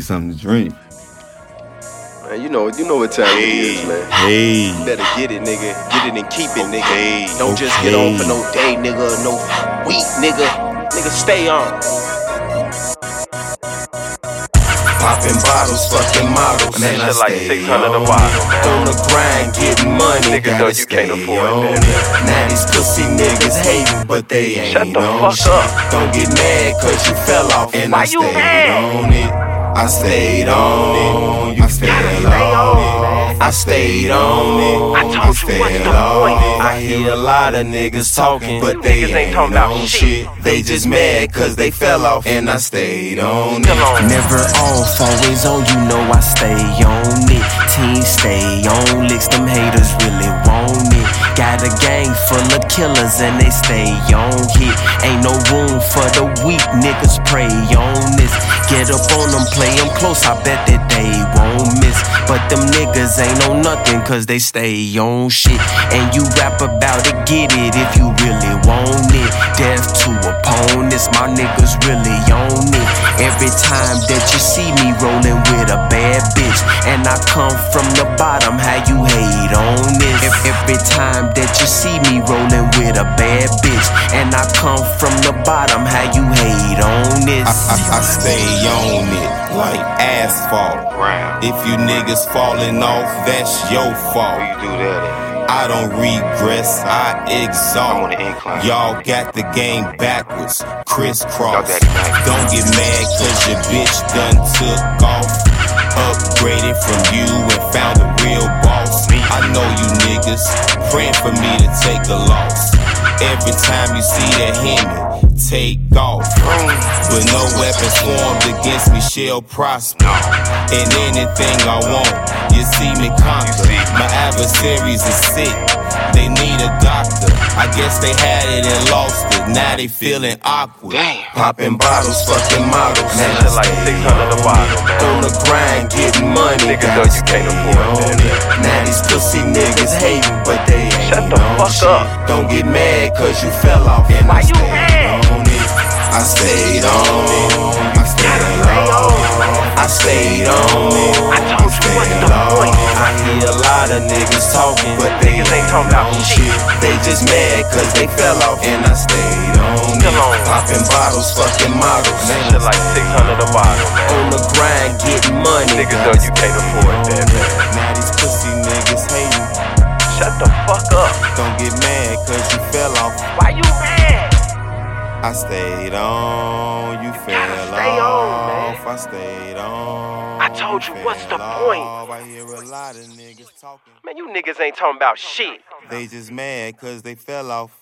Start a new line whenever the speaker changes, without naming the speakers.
something to drink.
Man, you know, you know what time it is, man.
Hey,
You better get it, nigga. Get it and keep it, nigga. Don't just get on for no day, nigga. No week, nigga. Nigga, stay on.
Popping bottles, fucking models,
Man,
and I
shit like
stay
600 a
on
bottle,
it. On the grind, getting money,
Niggas
gotta
know you
stay
can't afford it,
on
man.
it. Now these pussy niggas hating, but they ain't
Shut the
on
fuck
shit.
up.
Don't get mad, cause you fell off, and
Why
I
you
stayed
mad?
on it. I stayed on it. You I stayed on it. I stayed on it. I
told you, what's
stayed
the
on
point?
it. I hear a lot of niggas talking, but
Niggas
they
ain't
ain't
talking about
on
shit.
shit. They just mad, cause they fell off, and I stayed on it.
Still on.
Never off, always on, you know I stay on it. Team stay on licks, them haters really want it. Got a gang full of killers and they stay on hit. Ain't no room for the weak, niggas prey on this. Get up on them, play them close, I bet that they won't miss. But them niggas ain't on nothing, cause they stay on shit. And you rap about it, get it if you really want it. Death to opponents, my niggas really on it. Every time that you see me rolling with a bad bitch, and I come from the bottom, how you hate on this? Ev- Every time that you see me rolling with a bad bitch, and I come from the bottom, how you hate on this?
I, I, I stay on it like asphalt.
Round.
If you niggas falling off, that's your
Where
fault.
you do that
I don't regress, I
I'm on
exalt.
the incline.
Y'all got the game backwards,
Y'all
crisscross.
got it backwards.
Don't get mad cause your bitch done took off. Upgraded from you and found a real boss. I know you niggas praying for me to take a loss. Every time you see that Hemi, take off. But no weapon formed against me shall prosper. And anything I want, you see me conquer. My adversaries are sick, they need a doctor. I guess they had it and lost it, now they feeling awkward. Popping bottles, fucking models.
Man, shit like 600 a bottle, man.
On the grind, getting money.
Niggas know
gotta
you can't
stay
afford
on
it, man.
it. Now these pussy niggas hating, but they ain't
Shut the
on
fuck
shit.
up.
Don't get mad, cause you fell off. And
Why
I
you
stayed
mad?
on it. I stayed on it. I stayed on it. I stayed on it.
I told you what's the point.
I hear a lot of niggas talking, but they
Niggas ain't
ain't
talking about
on
shit.
shit. They just mad cause they fell off and I stayed on it.
Come on.
Popping bottles, fucking models.
Man, shit like 600 a bottle, man.
on the grind, getting money.
Niggas know you can't afford that, man.
Now these pussy niggas hating.
Shut the fuck up.
Don't get mad cause you fell off.
Why you mad?
I stayed on, you fell
stay on,
off. I stayed on.
I told you, what's the
fell
point?
off. I hear a lot of niggas talking.
Man, you niggas ain't talking about shit.
They just mad cause they fell off.